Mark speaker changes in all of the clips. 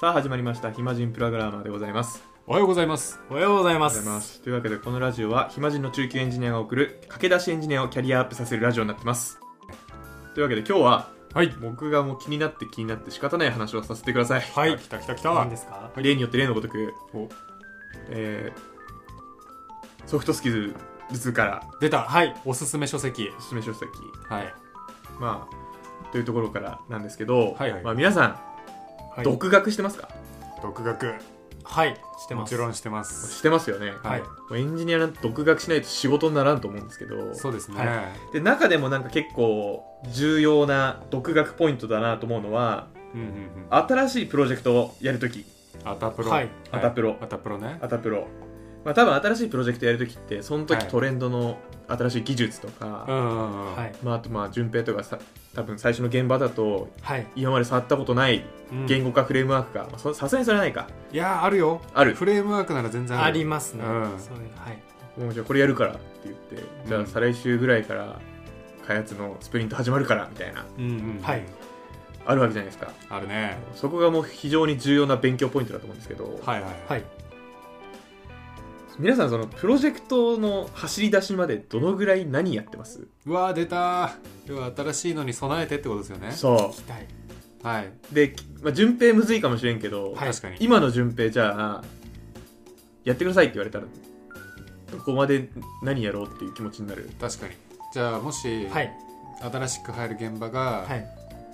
Speaker 1: さあ始まりました暇人プログラマーでございます
Speaker 2: おはようございます。
Speaker 3: おはようございま
Speaker 1: ござい
Speaker 3: す
Speaker 1: ますというわけでこのラジオは暇人の中級エンジニアが送る駆け出しエンジニアをキャリアアップさせるラジオになってますというわけで今日は
Speaker 2: はい。
Speaker 1: 僕がもう気になって気になって仕方ない話をさせてください
Speaker 3: はい
Speaker 2: 来た来た来
Speaker 3: 何
Speaker 2: た
Speaker 3: で。すか
Speaker 1: 例によって例のごとく
Speaker 2: お
Speaker 1: えーソフトスキルズから
Speaker 2: 出た。はい。おすすめ書籍。
Speaker 1: おすすめ書籍
Speaker 2: はい。
Speaker 1: まあというところからなんですけど、
Speaker 2: はいはい
Speaker 1: まあ、皆さん、
Speaker 3: はい
Speaker 1: 独学してますか
Speaker 2: 独学。
Speaker 3: はいしてま
Speaker 2: も
Speaker 3: す
Speaker 2: ちろんしてます。
Speaker 1: してますよね、
Speaker 2: はい
Speaker 3: は。
Speaker 1: もうエンジニアなんて独学しないと仕事にならんと思うんですけど
Speaker 2: そうですね。
Speaker 3: は
Speaker 1: で中でもなんか結構重要な独学ポイントだなと思うのは
Speaker 2: うんうんうん。
Speaker 1: 新しいプロジェクトをやるとき
Speaker 2: アタプロ。
Speaker 3: はい
Speaker 1: アタプロ
Speaker 2: アタプロね
Speaker 1: ア。タプロまあ多分新しいプロジェクトやるときってその時
Speaker 2: はい
Speaker 1: トレンドの新しい技術とか、
Speaker 2: うんうんうん。
Speaker 3: はい
Speaker 1: まあ、あとまあ順平とかさ多分最初の現場だと
Speaker 3: はい
Speaker 1: 今まで触ったことない
Speaker 2: うん
Speaker 1: 言語化フレームワークがまあそさすがにそれはないか
Speaker 2: いやーあるよ。
Speaker 1: ある
Speaker 2: フレームワークなら全然
Speaker 3: あ
Speaker 2: あ
Speaker 3: り
Speaker 2: る。
Speaker 3: ますね
Speaker 2: うん
Speaker 3: そういうはい
Speaker 1: もうじゃあこれやるからって言ってじゃ
Speaker 2: う
Speaker 1: あ
Speaker 2: ん
Speaker 1: 再来週ぐらいから開発のスプリント始まるからみたいな
Speaker 2: うんうん。
Speaker 3: はい。
Speaker 1: あるわけじゃないですか
Speaker 2: あるね。
Speaker 1: そこがもう非常に重要な勉強ポイントだと思うんですけど、
Speaker 2: はいはい。
Speaker 3: はい
Speaker 1: 皆さんそのプロジェクトの走り出しまでどのぐらい何やってます
Speaker 2: うわー出たー。要は新しいのに備えてってことですよね。
Speaker 1: そ
Speaker 3: 期待
Speaker 2: はい。
Speaker 1: うで、まあ、順平むずいかもしれんけど、
Speaker 3: はい
Speaker 2: 確かに。
Speaker 1: 今の順平じゃあやってくださいって言われたらどこまで何やろうっていう気持ちになる
Speaker 2: 確かに。じゃあもし、
Speaker 3: はい
Speaker 2: 新しく入る現場
Speaker 3: は
Speaker 2: が
Speaker 3: い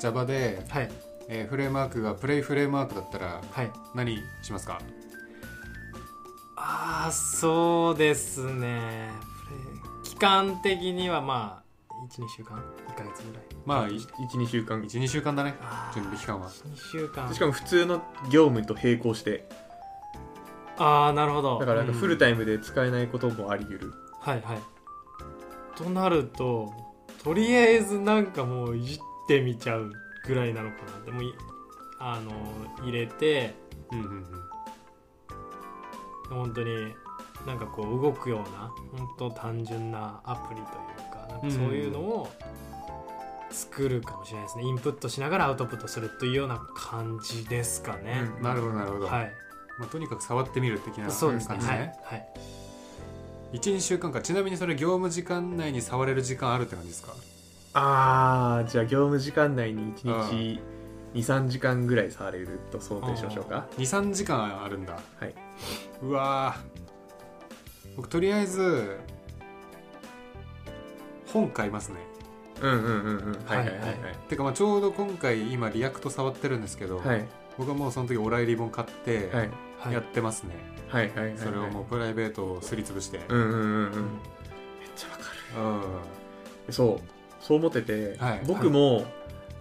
Speaker 2: Java で、
Speaker 3: はい
Speaker 2: えーフレームワークがプレイフレームワークだったら
Speaker 3: はい
Speaker 2: 何しますか
Speaker 3: ああそうですねこれ期間的にはまあ12週間1か月ぐらい
Speaker 2: まあい
Speaker 1: 12週間
Speaker 2: 12週間だね
Speaker 3: あー
Speaker 2: 準備期間は
Speaker 3: 2週間
Speaker 1: しかも普通の業務と並行して
Speaker 3: ああなるほど
Speaker 1: だからなんかフルタイムで使えないこともあり得る、
Speaker 3: はいはいとなるととりあえずなんかもういじってみちゃうぐらいなのかなでもいあの入れて
Speaker 2: うんうんうん
Speaker 3: 本当になんかこう動くような本当単純なアプリというかなんかそういうのを作るかもしれないですねインプットしながらアウトプットするというような感じですかね、
Speaker 1: うん
Speaker 2: なるほどなるほど、
Speaker 3: はい
Speaker 2: まあ、とにかく触ってみる的な
Speaker 3: そうですね
Speaker 2: 感じ
Speaker 3: はい、
Speaker 2: ね、
Speaker 3: はい、
Speaker 2: 12週間かちなみにそれ業務時間内に触れる時間あるって感じですか
Speaker 1: ああじゃあ業務時間内に1日23時間ぐらい触れると想定しましょうか
Speaker 2: 23時間あるんだ
Speaker 1: はいう
Speaker 2: わー僕とりあえず本買いますね
Speaker 1: うんうんうんうんはいはいはいはい
Speaker 2: てかまあちょうど今回今リアクト触ってるんですけど、
Speaker 1: はい
Speaker 2: 僕はもうその時オライリボン買って
Speaker 1: はい
Speaker 3: はい
Speaker 2: やってますね、
Speaker 1: はいはいはい
Speaker 2: それをもうプライベートをすりつぶして、
Speaker 1: うんうんうんうんめ
Speaker 3: ん
Speaker 1: っちゃわか
Speaker 2: うん
Speaker 1: るそうそう思ってて、
Speaker 2: はい
Speaker 1: 僕も、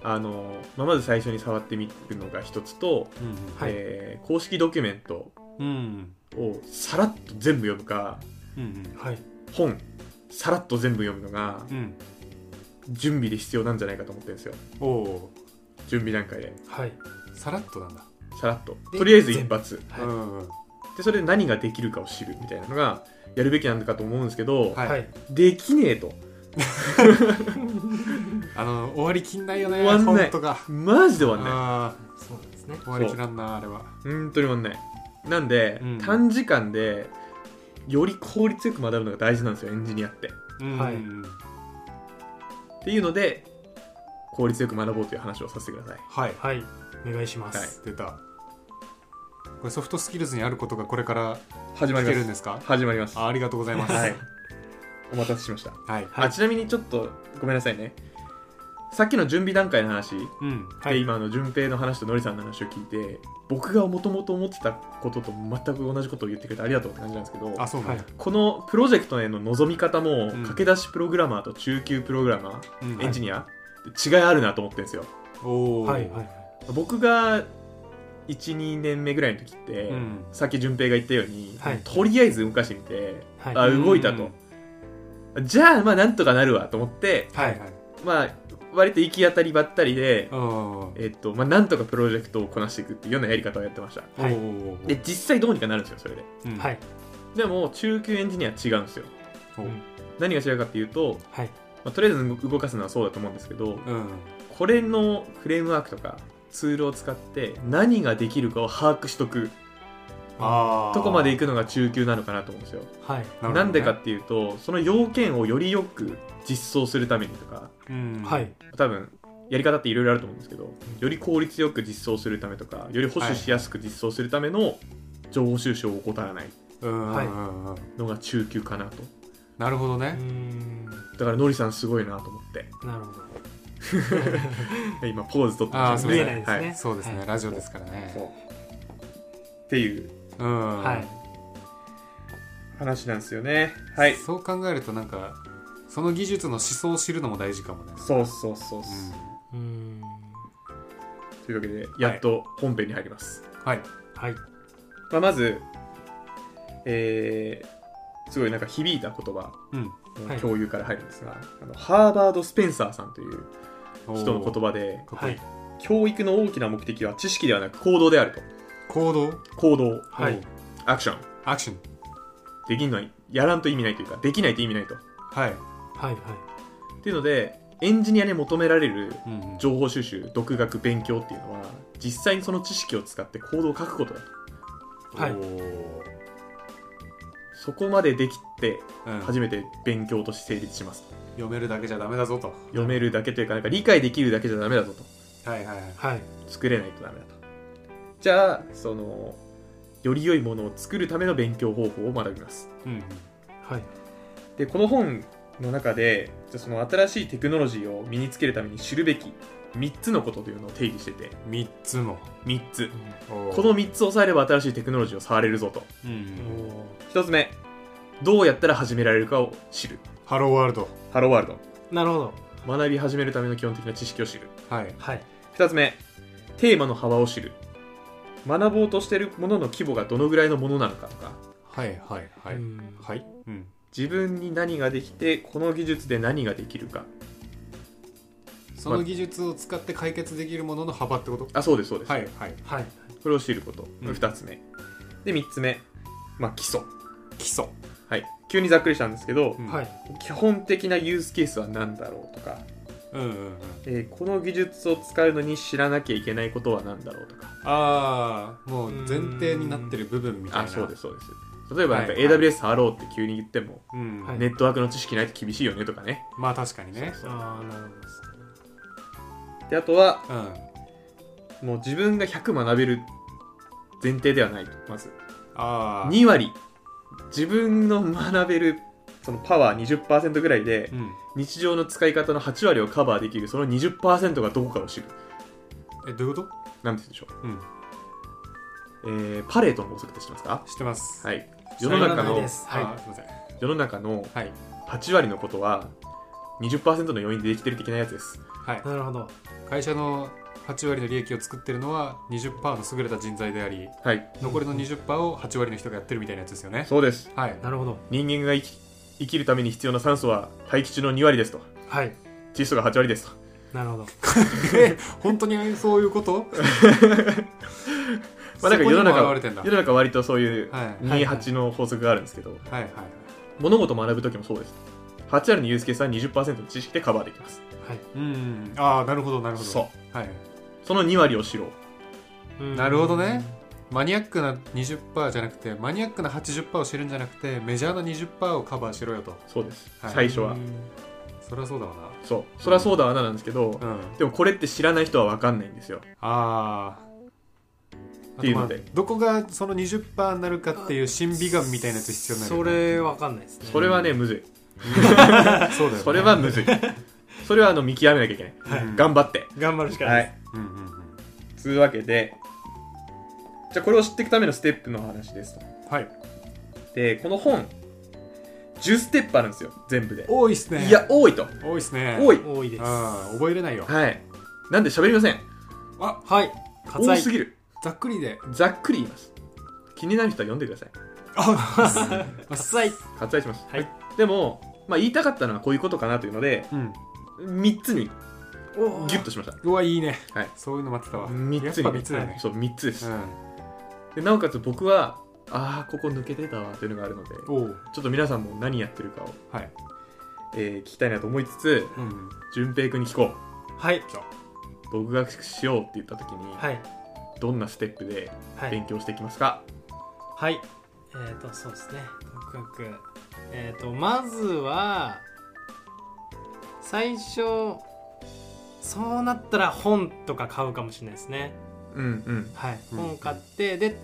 Speaker 1: あのまあまず最初に触ってみるのが一つと、
Speaker 2: うん
Speaker 3: はい
Speaker 1: えー公式ドキュメント
Speaker 2: うん
Speaker 1: をさらっと全部読むか
Speaker 2: うん
Speaker 3: はい
Speaker 1: 本さらっと全部読むのが
Speaker 2: うんうん
Speaker 1: 準備で必要なんじゃないかと思ってるんですよ
Speaker 2: おお
Speaker 1: 準備段階で
Speaker 3: はい
Speaker 2: ーさらっとなんだ、
Speaker 1: さらっと
Speaker 3: で
Speaker 1: とりあえず一発
Speaker 3: はい
Speaker 2: うんうん
Speaker 1: でそれで何ができるかを知るみたいなのがやるべきなんだかと思うんですけど、
Speaker 2: はい、
Speaker 3: はい
Speaker 1: できねえと
Speaker 2: あの終わりきんないよね
Speaker 1: 終わんない
Speaker 2: 本当か
Speaker 1: マジで終わんない
Speaker 2: あ
Speaker 3: そうなんですね
Speaker 2: ー終わりきらんなあれは
Speaker 1: 本当に終わんないなんで、
Speaker 2: うん
Speaker 1: 短時間でより効率よく学ぶのが大事なんですよエンジニアって
Speaker 2: うん
Speaker 3: はい
Speaker 1: っていうので効率よく学ぼうという話をさせてください
Speaker 2: はい
Speaker 3: はいお願いします、
Speaker 2: 出たこれソフトスキルズにあることがこれから
Speaker 1: 始ま
Speaker 2: 聞
Speaker 1: り
Speaker 2: けるん
Speaker 1: ま
Speaker 2: ですすか
Speaker 1: 始まります
Speaker 2: あありがとうございます
Speaker 1: はいお待たせしました、
Speaker 2: はい
Speaker 3: はい
Speaker 1: あちなみにちょっとごめんなさいねさっきの準備段階の話
Speaker 2: うん
Speaker 3: はい
Speaker 1: で今の順平の話とのりさんの話を聞いて僕がもともと思ってたことと全く同じことを言ってくれてありがとうって感じなんですけど
Speaker 2: あそうなんだ、
Speaker 1: このプロジェクトへの望み方も、
Speaker 2: ん
Speaker 1: 駆け出しプログラマーと中級プログラマー、
Speaker 2: うん
Speaker 1: エンジニア、違いあるなと思ってるんですよ
Speaker 2: おお
Speaker 3: はいはい
Speaker 1: 僕が12年目ぐらいの時って、
Speaker 2: うん
Speaker 1: さっき順平が言ったように、
Speaker 3: はい
Speaker 1: とりあえず動かしてみて、
Speaker 3: はい
Speaker 1: あ動いたと、じゃあまあなんとかなるわと思って
Speaker 2: はいはい
Speaker 1: まあ割と行き当たりばったりで、
Speaker 2: おー
Speaker 1: えっとまあ、なんとかプロジェクトをこなしていくっていうようなやり方をやってました
Speaker 2: お
Speaker 3: はい
Speaker 2: ー
Speaker 1: で実際どうにかなるんですよそれで
Speaker 2: うん
Speaker 3: はい
Speaker 1: でも中級エンジニアは違うんですよ
Speaker 2: おー
Speaker 1: 何が違うかっていうと、
Speaker 3: はい
Speaker 1: まあ、とりあえず動動かすのはそうだと思うんですけど
Speaker 2: うん
Speaker 1: これのフレームワークとかツールを使って何ができるかを把握しとく
Speaker 2: あー
Speaker 1: とこまで行くのが中級なのかなと思うんですよ
Speaker 3: はい
Speaker 1: な,、
Speaker 2: なるほどね
Speaker 1: んでかっていうとその要件をよりよく実装するためにとか
Speaker 2: うん
Speaker 3: はい
Speaker 1: 多分やり方っていろいろあると思うんですけどより効率よく実装するためとかより保守しやすく実装するための情報収集を怠らない
Speaker 2: うんうん
Speaker 3: はい
Speaker 2: うんうん
Speaker 1: のが中級かなと
Speaker 2: なるほど
Speaker 3: うー
Speaker 2: ね
Speaker 3: ん
Speaker 1: だからのりさんすごいなと思って
Speaker 3: なるほど
Speaker 1: 今ポーズ取って
Speaker 2: あー
Speaker 1: ます
Speaker 2: そう
Speaker 1: ね
Speaker 2: 見え
Speaker 3: ないですね
Speaker 1: はい
Speaker 2: そうですね
Speaker 3: はい
Speaker 2: ラジオですからね
Speaker 1: そうっていう
Speaker 2: うん
Speaker 3: はい
Speaker 1: 話なんですよねはい
Speaker 2: そう考えるとなんかその技術の思想を知るのも大事かもね
Speaker 1: そうそうそうそう
Speaker 2: う
Speaker 3: うーん
Speaker 1: というわけでやっと本編に入ります、
Speaker 2: んはい
Speaker 3: はい
Speaker 1: まあ、まずえーすごいなんか響いた言葉
Speaker 2: うん
Speaker 1: の共有から入るんですが、あのハーバード・スペンサーさんという人の言葉で
Speaker 2: かっこいい
Speaker 1: 教育の大きな目的は知識ではなく行動であると
Speaker 2: 行動
Speaker 1: 行動
Speaker 3: は
Speaker 2: お
Speaker 3: い
Speaker 2: う
Speaker 1: アクション
Speaker 2: アクション
Speaker 1: できんのはやらんと意味ないというかできないと意味ないとっ
Speaker 2: はい
Speaker 3: はいはい
Speaker 1: ていうのでエンジニアに求められる
Speaker 2: うんうん
Speaker 1: 情報収集独学勉強っていうのは実際にその知識を使って行動を書くことだと
Speaker 3: はい
Speaker 2: おー
Speaker 1: そこまでできて
Speaker 2: うん
Speaker 1: 初めて勉強として成立します
Speaker 2: 読めるだけじゃダメだぞと
Speaker 1: 読めるだけというかなんか理解できるだけじゃダメだぞと
Speaker 2: はいはいはい
Speaker 3: はい
Speaker 1: 作れないとダメだとじゃあそのより良いものを作るための勉強方法を学びます
Speaker 2: うんうん
Speaker 3: はい
Speaker 1: でこの本の中でじゃあその新しいテクノロジーを身につけるために知るべき3つのことというのを定義してて
Speaker 2: 三つも
Speaker 1: 3つ
Speaker 2: こ
Speaker 1: この3つ押さえれば新しいテクノロジーを触れるぞと
Speaker 3: うんおー
Speaker 1: 1つ目どうやったら始められるかを知る
Speaker 2: ハローワールド
Speaker 1: ハローワール
Speaker 3: なるほど
Speaker 1: ド学び始めるための基本的な知識を知る
Speaker 2: はい
Speaker 3: はい
Speaker 1: 2つ目テーマの幅を知る学ぼうとしているものの規模がどのぐらいのものなのかとか
Speaker 2: はいはいはいう
Speaker 3: ーん
Speaker 2: はいうん
Speaker 1: 自分に何ができてこの技術で何ができるか
Speaker 2: その技術を使って解決できるものの幅ってこと
Speaker 1: あそうですそうです、
Speaker 2: はいはい
Speaker 3: はい
Speaker 1: これを知ること、
Speaker 2: うん
Speaker 1: 2つ目で3つ目、まあ、基礎
Speaker 2: 基礎
Speaker 1: はい急にざっくりしたんですけど、
Speaker 2: うん
Speaker 3: はい
Speaker 1: 基本的なユースケースは何だろうとか、
Speaker 2: うんうんうん
Speaker 1: えーこの技術を使うのに知らなきゃいけないことは何だろうとか
Speaker 2: ああもう前提になってる部分みたい
Speaker 1: あ
Speaker 2: な
Speaker 1: そうですそうです例えばなんか
Speaker 2: はいはい
Speaker 1: AWS ハローって急に言っても、
Speaker 2: うん
Speaker 3: はい
Speaker 1: ネットワークの知識ないと厳しいよねとかね
Speaker 2: まあ確かにね
Speaker 3: ああなるほどです
Speaker 1: であとは
Speaker 2: うん
Speaker 1: もう自分が100学べる前提ではないとまず
Speaker 2: ああ
Speaker 1: 2割自分の学べるそのパワー20%ぐらいで
Speaker 2: うん
Speaker 1: 日常の使い方の8割をカバーできるその20%がどこかを知る
Speaker 2: えどういうこ
Speaker 1: なんて言うんでしょう、
Speaker 2: とうん
Speaker 1: えーパレートの法則って知ってますか
Speaker 2: 知ってます
Speaker 1: はい世の中
Speaker 3: 知らない
Speaker 1: の
Speaker 3: です
Speaker 2: は
Speaker 3: はいい
Speaker 2: あーすいません
Speaker 1: 世の中の
Speaker 2: はい
Speaker 1: 8割のことは20%の要因でできてる的なやつです
Speaker 2: はい
Speaker 3: なるほど
Speaker 2: 会社の8割の利益を作ってるのは20%の優れた人材であり
Speaker 1: はい
Speaker 2: 残りの20%を8割の人がやってるみたいなやつですよね
Speaker 1: そうです
Speaker 2: はい
Speaker 3: なるほど
Speaker 1: 人間が生き生きるために必要な酸素は大気中の2割ですと
Speaker 3: はい
Speaker 1: 窒素が8割ですと
Speaker 3: なるほど
Speaker 2: え本当にそういうこと
Speaker 1: まあなんか世の中
Speaker 2: そこにも現れてんだ
Speaker 1: 世の中は割とそういう
Speaker 2: はい
Speaker 1: 28の法則があるんですけど、
Speaker 2: はいはい
Speaker 1: 物事を学ぶ時もそうです8割のユースケースは20%の知識でカバーできます
Speaker 3: はい
Speaker 2: うんああなるほどなるほど
Speaker 1: そう
Speaker 2: はい
Speaker 1: その2割を知ろう
Speaker 3: うーん
Speaker 2: なるほどねマニアックな20%じゃなくてマニアックな80%を知るんじゃなくてメジャーな20%をカバーしろよと
Speaker 1: そうです、
Speaker 2: はい
Speaker 1: 最初は
Speaker 3: うーん
Speaker 2: そりゃそうだわな
Speaker 1: そうそりゃそうだわななんですけど、
Speaker 2: うん
Speaker 1: でもこれって知らない人は分かんないんですよ
Speaker 2: あー
Speaker 1: っ
Speaker 2: あ
Speaker 1: ていうので
Speaker 2: とまあどこがその20%になるかっていう審美眼みたいなやつ必要になる
Speaker 3: そ
Speaker 2: よね
Speaker 3: れわかんないですね
Speaker 1: それはねむずい
Speaker 2: そうだよね
Speaker 1: それはむずいそれはあの見極めなきゃいけない、
Speaker 2: はい
Speaker 1: 頑張って
Speaker 3: 頑張るしかないで
Speaker 2: うんうんうん
Speaker 1: つうわけでじゃあこれを知っていくためのステップの話ですと
Speaker 2: はい
Speaker 1: でこの本10ステップあるんですよ全部で
Speaker 2: 多いっすね
Speaker 1: いや多いと
Speaker 2: 多いっすね
Speaker 1: 多い
Speaker 3: す多いです
Speaker 2: あー覚えれないよ
Speaker 1: はいなんで喋りません
Speaker 2: あ
Speaker 3: はい割
Speaker 1: 多
Speaker 3: 愛
Speaker 1: すぎる
Speaker 2: ざっくりで
Speaker 1: ざっくり言います気になる人は読んで ください
Speaker 3: 割愛
Speaker 1: 割愛します、
Speaker 3: はい
Speaker 1: でも、まあ、言いたかったのはこういうことかな というので
Speaker 2: うん
Speaker 1: 3つに
Speaker 3: おー
Speaker 1: ギュッとしました
Speaker 2: うわいいね、
Speaker 1: はい
Speaker 2: そういうの待ってたわ
Speaker 1: 3つに
Speaker 2: やっぱ3つだよね、
Speaker 1: そう3つです、
Speaker 2: うん
Speaker 1: でなおかつ僕はああここ抜けてたわというのがあるのでちょ
Speaker 2: おう
Speaker 1: っと皆さんも何やってるかを、
Speaker 2: はい
Speaker 1: えー聞きたいなと思いつつ
Speaker 2: うん
Speaker 1: 順平君に聞こ
Speaker 3: はい
Speaker 1: 僕がしようって言った時に、
Speaker 3: はい
Speaker 1: どんなステップで
Speaker 3: はい
Speaker 1: 勉強していきますか、
Speaker 3: はい。えっ、と、そうですね。独学。えっ、と、まずは、最初、そうなったら本とか買うかもしれないですね。
Speaker 1: うんうん
Speaker 3: はい。
Speaker 2: うん
Speaker 3: 本買って、で、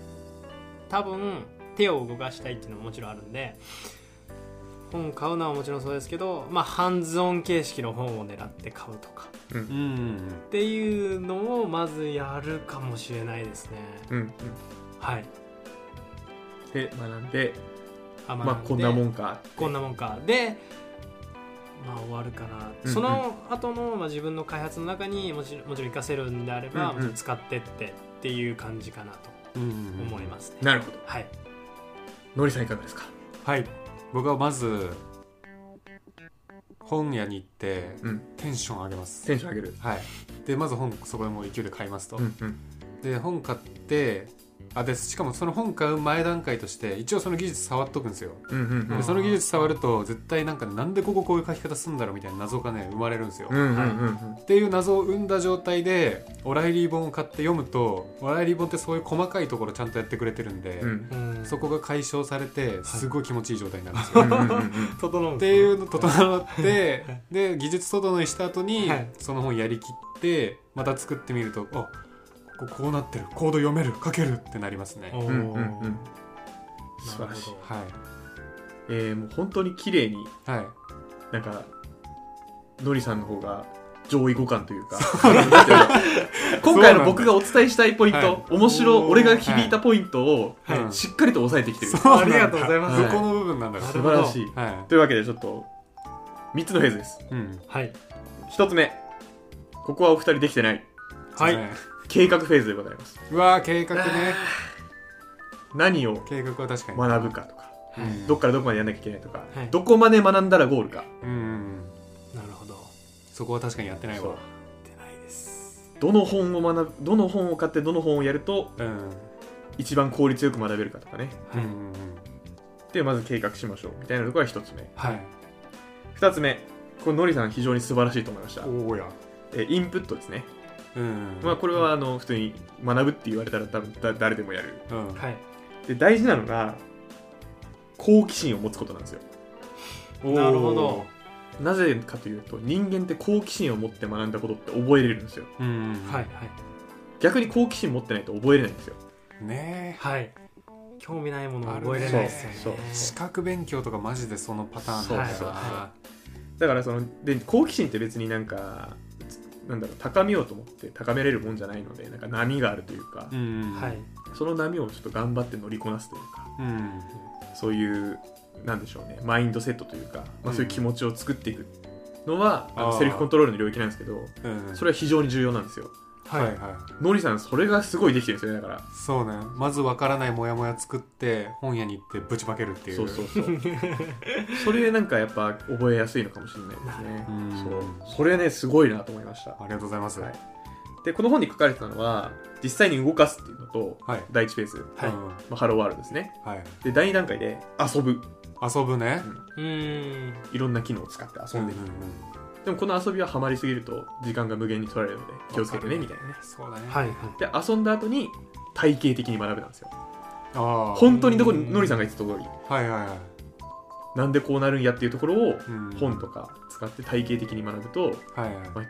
Speaker 3: 多分、手を動かしたいっていうのももちろんあるんで、本買うのはもちろんそうですけど、まあ、ハンズオン形式の本を狙って買うとか。
Speaker 2: うんうん
Speaker 3: っていうのをまずやるかもしれないですね。
Speaker 1: うんうん
Speaker 3: はい。
Speaker 1: で学んで
Speaker 3: あ
Speaker 1: まあこんなも
Speaker 3: ん
Speaker 1: んか
Speaker 3: こんなもんかでまあ終わるかな、
Speaker 1: うん
Speaker 3: その後のまあ自分の開発の中にもちもちろん活かせるんであれば、
Speaker 1: うんうん
Speaker 3: もう使ってってっていう感じかなと
Speaker 2: うんうん
Speaker 3: 思いますね、
Speaker 1: なるほど
Speaker 3: はい
Speaker 1: のりさんいかがですか
Speaker 2: はい僕はまず本屋に行って、
Speaker 1: うん
Speaker 2: テンション上げます
Speaker 1: テンション上げる
Speaker 2: はいでまず本そこでもう勢いで買いますと、
Speaker 1: うんうん
Speaker 2: で本買ってあでしかもその本買う前段階として一応その技術触っとくんですよ
Speaker 1: うんうんうん
Speaker 2: でその技術触ると絶対なんかなんでこここういう書き方するんだろうみたいな謎がね生まれるんですよ、
Speaker 1: うんうんうんうん
Speaker 2: っていう謎を生んだ状態でオライリー本を買って読むとオライリー本ってそういう細かいところちゃんとやってくれてるんで、
Speaker 1: うん
Speaker 3: うん
Speaker 2: そこが解消されてすごい気持ちいい状態になるんですよ、
Speaker 1: うんうんうんうん
Speaker 3: 整うん
Speaker 2: っ
Speaker 3: で
Speaker 2: て
Speaker 3: すね
Speaker 2: いうの整ってで技術整いした後に、
Speaker 3: はい
Speaker 2: その本やりきってまた作ってみるとあこここうなってるコード読める書けるってなりますね
Speaker 3: おー
Speaker 1: うんうんうん素晴
Speaker 3: なる
Speaker 1: らしい
Speaker 3: ほ、ど
Speaker 2: はい
Speaker 1: えー、もう本当に綺麗に
Speaker 2: はい
Speaker 1: なんかのりさんの方が上位互換というかなんていうの今回の僕がお伝えしたいポイント、
Speaker 2: はい
Speaker 1: 面白
Speaker 2: おー
Speaker 1: 俺が響いたポイントを、
Speaker 2: はい
Speaker 1: しっかりと抑えてきてる、
Speaker 2: そうなんだ
Speaker 3: ありがとうございます
Speaker 1: はい
Speaker 2: そこの部分なんだろ
Speaker 3: な
Speaker 1: 素
Speaker 3: る
Speaker 2: う
Speaker 1: 晴らしい
Speaker 2: は
Speaker 1: というわけでちょっと3つのフェーズです
Speaker 2: い、うん、
Speaker 3: はい
Speaker 1: 1つ目ここはお二人できてない
Speaker 3: はい
Speaker 2: そうね
Speaker 1: 計画フェーズでございます
Speaker 2: うわー計 画ね
Speaker 1: 何を
Speaker 2: 計画は確かに、
Speaker 1: 学ぶかとか
Speaker 2: うん
Speaker 1: どっからどこまでやんなきゃいけないとか、
Speaker 3: はい
Speaker 1: どこまで学んだらゴールか
Speaker 2: うんうん
Speaker 3: なるほど
Speaker 2: そこは確かにやってないわ
Speaker 3: 出ないです
Speaker 1: どの本を学ぶどの本を買ってどの本をやると
Speaker 2: うんうん
Speaker 1: 一番効率よく学べるかとかね
Speaker 2: う
Speaker 3: はい、
Speaker 2: ん
Speaker 1: でまず計画しましょうみたいなところが1つ目
Speaker 2: はい
Speaker 1: 2つ目これのりさん非常に素晴らしいと思いました
Speaker 2: おおや
Speaker 1: えインプットですね、
Speaker 2: うん
Speaker 1: まあ、これはあの普通に学ぶって言われたら多分だ誰でもやる
Speaker 2: うんはい
Speaker 3: はい、
Speaker 1: で大事なのが好奇心を持つことなんですよ
Speaker 2: おー
Speaker 3: なるほど
Speaker 1: なぜかというと人間って好奇心を持って学んだことって覚えれるんですよ
Speaker 2: うんうん
Speaker 3: はい
Speaker 1: 逆に好奇心持ってないと覚えれないんですよ
Speaker 2: ね
Speaker 3: はいはい興味ないものを覚
Speaker 2: あ
Speaker 3: えれ
Speaker 2: るね
Speaker 3: ないです
Speaker 1: そう
Speaker 3: よ
Speaker 1: そう
Speaker 3: ね
Speaker 2: え資格勉強とかマジでそのパターンだ
Speaker 1: そうそう
Speaker 3: は
Speaker 1: だからそので好奇心って別になんかなんだろう高めようと思って高めれるもんじゃないのでなんか波があるというか、
Speaker 2: うん
Speaker 3: はい
Speaker 1: その波をちょっと頑張って乗りこなすというか
Speaker 2: うん
Speaker 1: そういうなんでしょうねマインドセットというか、ま
Speaker 2: う
Speaker 1: あ、
Speaker 2: ん
Speaker 1: そういう気持ちを作っていくのは、あの
Speaker 2: あー
Speaker 1: セルフコントロールの領域なんですけど
Speaker 2: うん
Speaker 1: それは非常に重要なんですよ
Speaker 2: はいはい
Speaker 1: のりさんそれがすごいできてるんですよねだから
Speaker 2: そうねまずわからないモヤモヤ作って本屋に行ってぶちまけるっていう
Speaker 1: そうそう そうそれなんかやっぱ覚えやすいのかもしれないですね
Speaker 2: うん
Speaker 1: そうそれねすごいなと思いました
Speaker 2: ありがとうございます
Speaker 1: は
Speaker 2: はいい
Speaker 1: でこの本に書かれてたのは実際に動かすっていうのと
Speaker 2: はい
Speaker 1: 第1ペース、
Speaker 3: はい
Speaker 2: うんは
Speaker 1: まあ、ハローワールドですね
Speaker 2: い
Speaker 1: で第2段階で遊ぶ
Speaker 2: 遊ぶね
Speaker 3: うーん
Speaker 1: いろんな機能を使って遊んでいく、
Speaker 2: うんうんうん
Speaker 1: でもこの遊びはハマりすぎると時間が無限に取られるので気をつけてねみたいなね
Speaker 2: そうだね
Speaker 3: はいはい
Speaker 1: で遊んだ後に体系的に学ぶなんですよ
Speaker 2: ああ
Speaker 1: 本当にどこにのりさんが言ってた通り
Speaker 2: はいはいは
Speaker 1: なんでこうなるんやっていうところを
Speaker 2: いうん
Speaker 1: 本とか使って体系的に学ぶと
Speaker 2: はいはい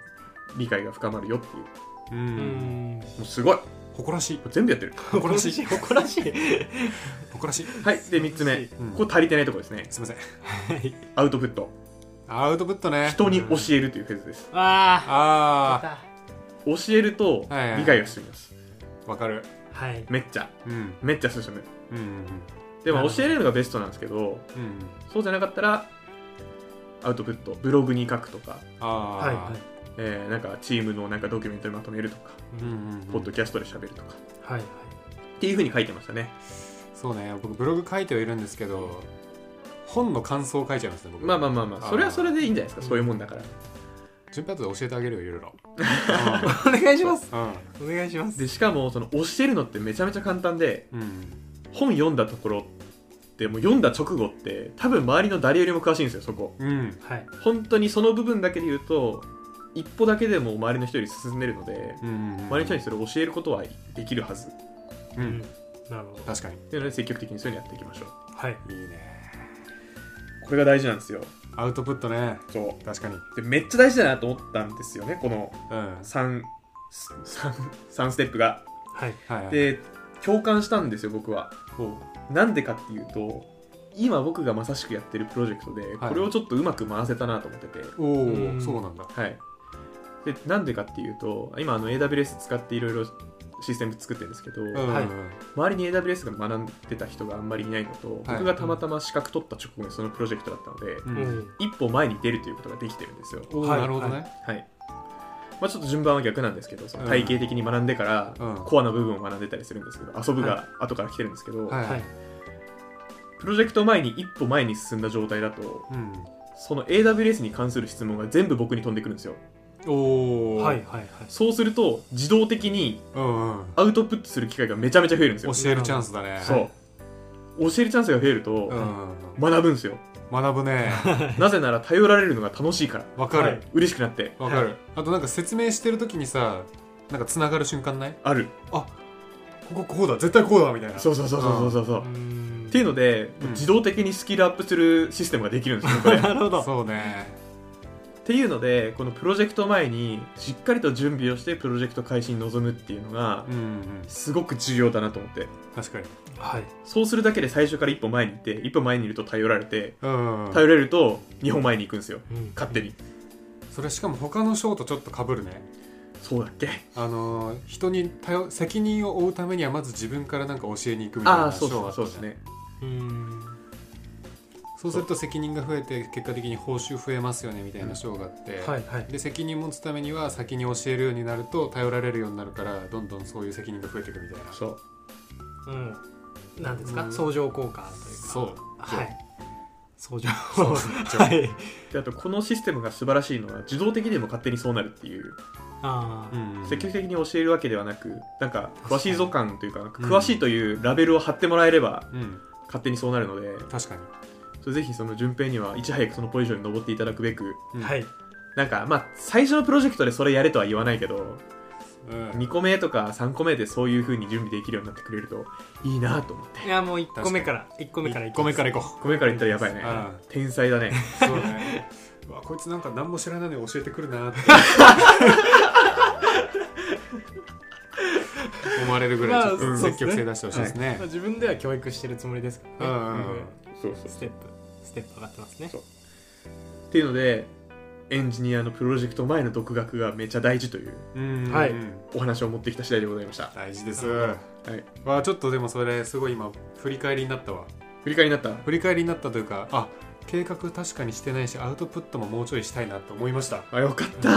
Speaker 1: 理解が深まるよっていう
Speaker 2: う
Speaker 3: うんん
Speaker 1: もうすごい
Speaker 2: 誇ら しい
Speaker 1: 全部やってる
Speaker 2: 誇らしい
Speaker 3: 誇 らしい
Speaker 2: 誇らしい
Speaker 1: はいで3つ目
Speaker 2: うん
Speaker 1: ここ足りてないところですね
Speaker 2: すいません
Speaker 1: アウトプット
Speaker 2: アウトプットね
Speaker 1: 人に教えるというフェーズです
Speaker 3: あ
Speaker 2: あ
Speaker 3: あ
Speaker 1: 教えると
Speaker 2: はいはい
Speaker 1: 理解が進みます
Speaker 2: あわかる
Speaker 3: はい
Speaker 1: めっちゃ
Speaker 2: うん
Speaker 1: めっちゃ進む
Speaker 2: うんうん
Speaker 1: で
Speaker 3: な
Speaker 1: も
Speaker 3: るほど
Speaker 1: 教えれるのがベストなんですけど
Speaker 2: うんうん
Speaker 1: そうじゃなかったらアウトプットブログに書くとか、
Speaker 2: ああ
Speaker 3: はいはい
Speaker 1: えーなんかチームのなんかドキュメントにまとめるとか、
Speaker 2: うんうん
Speaker 1: ポッドキャストで喋るとか
Speaker 3: はいはい
Speaker 1: っていうふうに書いてましたね
Speaker 2: そうね僕ブログ書いてはいるんですけど本の感想を書いちゃいますね僕
Speaker 1: まあまあまあまあ
Speaker 2: あー
Speaker 1: それはそれでいいんじゃないですかそういうもんだから
Speaker 2: 順平後で教えてあげるよいろいろ
Speaker 3: お願いします
Speaker 2: うん
Speaker 3: お願いします
Speaker 1: でしかもその教えるのってめちゃめちゃ簡単で
Speaker 2: うんうん
Speaker 1: 本読んだところでもう読んだ直後って多分周りの誰よりも詳しいんですよそこ
Speaker 2: うん
Speaker 3: はい
Speaker 1: 本当にその部分だけで言うと一歩だけでも周りの人より進んでるので、
Speaker 2: うんうんう
Speaker 1: 周
Speaker 2: ん
Speaker 1: りの人にそれを教えることはできるはずっ
Speaker 2: う
Speaker 3: うんん、なるほど
Speaker 2: 確かに
Speaker 1: ていうので積極的にそういうのやっていきましょう
Speaker 3: はい
Speaker 2: いいね
Speaker 1: これが大事なんですよ
Speaker 2: アウトプットね
Speaker 1: そ
Speaker 2: 確かに
Speaker 1: うでめっちゃ大事だなと思ったんですよねこの
Speaker 2: うんは
Speaker 1: 3三三ステップが
Speaker 3: はい
Speaker 2: いはい
Speaker 1: で共感したんですよ僕は
Speaker 2: おう
Speaker 1: なんでかっていうと今僕がまさしくやってるプロジェクトで
Speaker 2: はい
Speaker 1: これをちょっとうまく回せたなと思ってて
Speaker 2: お
Speaker 3: う
Speaker 2: うんそうなんだ
Speaker 1: はいでなんでかっていうと今あの AWS 使っていろいろシステム作ってるんですけど、
Speaker 2: うん
Speaker 3: はい
Speaker 1: 周りに AWS が学んでた人があんまりいないのと、僕がたまたま資格取った直後にそのプロジェクトだったので、
Speaker 2: う
Speaker 3: うんん
Speaker 1: 一歩前に出るということができてるんですよ
Speaker 2: おう
Speaker 3: はい
Speaker 2: なるほど
Speaker 3: は
Speaker 2: ね
Speaker 1: はいまあ、ちょっと順番は逆なんですけどその体系的に学んでから、
Speaker 2: うん
Speaker 1: コアな部分を学んでたりするんですけど遊ぶ
Speaker 2: は
Speaker 1: が後から来てるんですけど、
Speaker 2: はい
Speaker 3: はい
Speaker 1: プロジェクト前に一歩前に進んだ状態だと
Speaker 2: うん
Speaker 1: その AWS に関する質問が全部僕に飛んでくるんですよ
Speaker 2: おお
Speaker 3: はいはいはい
Speaker 1: そうすると自動的に
Speaker 2: うんうん
Speaker 1: アウトプットする機会がめちゃめちゃ増えるんです
Speaker 2: 教
Speaker 1: よ
Speaker 2: えるチャンスだね
Speaker 1: そう教えるチャンスが増えると、
Speaker 2: うん
Speaker 1: 学ぶんですよ
Speaker 2: 学ぶね
Speaker 1: なぜなら頼られるのが楽しいから
Speaker 2: わか
Speaker 3: は
Speaker 2: る
Speaker 3: い
Speaker 1: 嬉しくなって
Speaker 2: わか
Speaker 3: は
Speaker 2: るあとなんか説明してる時にさなんかつながる瞬間ない
Speaker 1: ある
Speaker 2: こここうだ絶対こうだみたいな
Speaker 1: そうそうそうそうそうそうう
Speaker 3: ーん
Speaker 1: っていうので、
Speaker 2: うん
Speaker 1: 自動的にスキルアップするシステムができるんですよこれっ
Speaker 3: なるほど
Speaker 2: そうね
Speaker 1: ていうのでこのプロジェクト前にしっかりと準備をしてプロジェクト開始に臨むっていうのが
Speaker 2: うんうん
Speaker 1: すごく重要だなと思って
Speaker 2: 確かに
Speaker 3: はい
Speaker 1: そうするだけで最初から一歩前に行って一歩前にいると頼られて
Speaker 2: うんうん
Speaker 1: 頼れると二歩前に行くんですよ
Speaker 3: うん
Speaker 1: 勝手に
Speaker 2: それしかも他の章とちょっとかぶるね
Speaker 1: そうだっけ
Speaker 2: あのー人に頼責任を負うためにはまず自分からなんか教えに行くみたい
Speaker 1: ああ
Speaker 2: な
Speaker 1: そう
Speaker 2: 章
Speaker 1: そ
Speaker 2: があ
Speaker 1: う
Speaker 2: った
Speaker 1: そう
Speaker 2: じゃん
Speaker 1: ですね
Speaker 3: うーん
Speaker 2: そうすると責任が増えて結果的に報酬増えますよねみたいな章があって、
Speaker 3: はいはい
Speaker 2: で責任持つためには先に教えるようになると頼られるようになるからどんどんそういう責任が増えていくみたいな
Speaker 1: そう
Speaker 3: うんなんです
Speaker 2: う
Speaker 3: か
Speaker 2: ん
Speaker 3: 相乗効果というか
Speaker 2: そう
Speaker 3: はい相乗
Speaker 2: そう
Speaker 3: はい
Speaker 1: であとこのシステムが素晴らしいのは自動的にも勝手にそうなるっていう
Speaker 3: あ
Speaker 2: う
Speaker 3: あ
Speaker 2: ん
Speaker 1: 積極的に教えるわけではなくなんか詳しいぞ感というかなんか
Speaker 2: うん
Speaker 1: 詳しいというラベルを貼ってもらえれば
Speaker 2: うん
Speaker 1: 勝手にそうなるので
Speaker 2: 確かに、
Speaker 1: それぜひその順平にはいち早くそのポジションに登っていただくべく
Speaker 2: うん
Speaker 3: はい
Speaker 1: なんかまあ最初のプロジェクトでそれやれとは言わないけど
Speaker 2: うん
Speaker 1: 2個目とか3個目でそういう風に準備できるようになってくれるといいなと思って
Speaker 3: いやもう1個目から1個目から
Speaker 2: 一個目からら行こ
Speaker 1: 1個目から言ったらやばいね
Speaker 2: うん
Speaker 1: 天才だね
Speaker 2: うそうねうわこいつなんか何も知らないのに教えてくるなって思われるぐらいちょっ
Speaker 1: ま
Speaker 2: と
Speaker 1: あ
Speaker 2: 積極性出してほしいですね、
Speaker 3: 自分では教育してるつもりですか
Speaker 2: う
Speaker 3: ら
Speaker 2: ん
Speaker 3: ね
Speaker 2: うんうん
Speaker 1: そうそう
Speaker 3: ステップステップ上がってますね
Speaker 1: っていうのでエンジニアのプロジェクト前の独学がめっちゃ大事という
Speaker 2: うんうん
Speaker 3: はい
Speaker 1: お話を持ってきた次第でございましたは
Speaker 2: 大事です
Speaker 3: は
Speaker 1: いう
Speaker 2: わあちょっとでもそれすごい今振り返りになったわ
Speaker 1: 振り返りになった
Speaker 2: 振り返りになったというかあ計画確かにしてないしアウトプットももうちょいしたいなと思いました
Speaker 1: あよかった、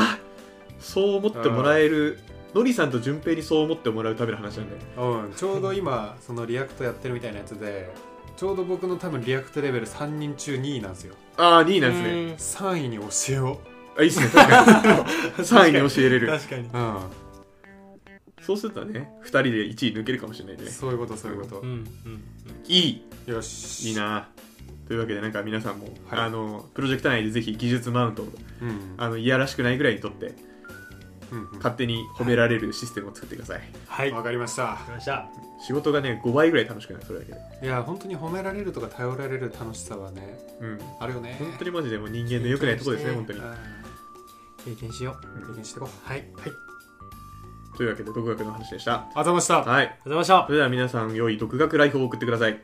Speaker 1: そう思ってもらえるのりさんと順平にそう思ってもらうための話なんで
Speaker 2: うんちょうど今そのリアクトやってるみたいなやつでちょうど僕の多分リアクトレベル3人中2位なんですよ
Speaker 1: ああ2位なんですね
Speaker 2: 3位に教えを
Speaker 1: あいいっすね確かに3位に教えれ
Speaker 3: うん
Speaker 1: る
Speaker 3: 確かに
Speaker 2: う
Speaker 1: そうするとね2人で1位抜けるかもしれないね
Speaker 2: んそういうことそういうこと
Speaker 3: うんうん
Speaker 1: いい
Speaker 2: よし
Speaker 1: いいなというわけでなんか皆さんも、
Speaker 2: はい
Speaker 1: あのプロジェクト内でぜひ技術マウントを
Speaker 2: うん
Speaker 1: あのいやらしくないぐらいにとって
Speaker 2: うんうん
Speaker 1: 勝手に褒められるシステムを作ってください
Speaker 3: はい
Speaker 2: わ
Speaker 3: わか
Speaker 2: かりました
Speaker 3: りました
Speaker 1: 仕事がね5倍ぐらい楽しくなるそれだけで
Speaker 2: いや本当に褒められるとか頼られる楽しさはね
Speaker 1: うん
Speaker 2: あるよね
Speaker 1: 本当にマジでもう人間の良くないところですね本当に
Speaker 2: 経
Speaker 3: 経験しよう
Speaker 2: 験していこう
Speaker 3: はいありがとう
Speaker 1: というわけで独学の話でした
Speaker 2: あざました
Speaker 1: はい
Speaker 3: ございました
Speaker 1: それでは皆さん良い独学ライフを送ってください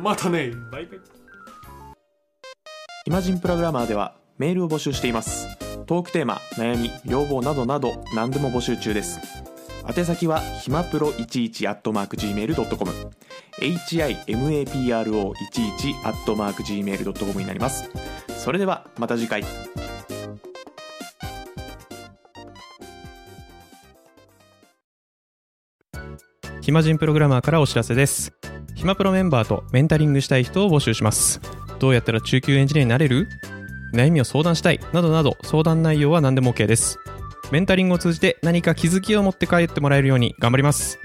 Speaker 2: またね
Speaker 3: バイバイ
Speaker 4: イマジンプログラマーではメールを募集していますトークテーマ悩み要望などなど何でも募集中です宛先はひまプロ11 at mark gmail.com himapro11 at mark gmail.com になりますそれではまた次回
Speaker 5: 暇人プログラマーからお知らせです暇プロメンバーとメンタリングしたい人を募集しますどうやったら中級エンジニアになれる悩みを相談したいなどなど相談内容は何でも OK ですメンタリングを通じて何か気づきを持って帰ってもらえるように頑張ります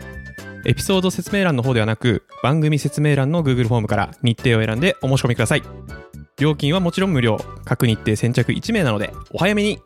Speaker 5: エピソード説明欄の方ではなく番組説明欄の Google フォームから日程を選んでお申し込みください料金はもちろん無料各日程先着1名なのでお早めに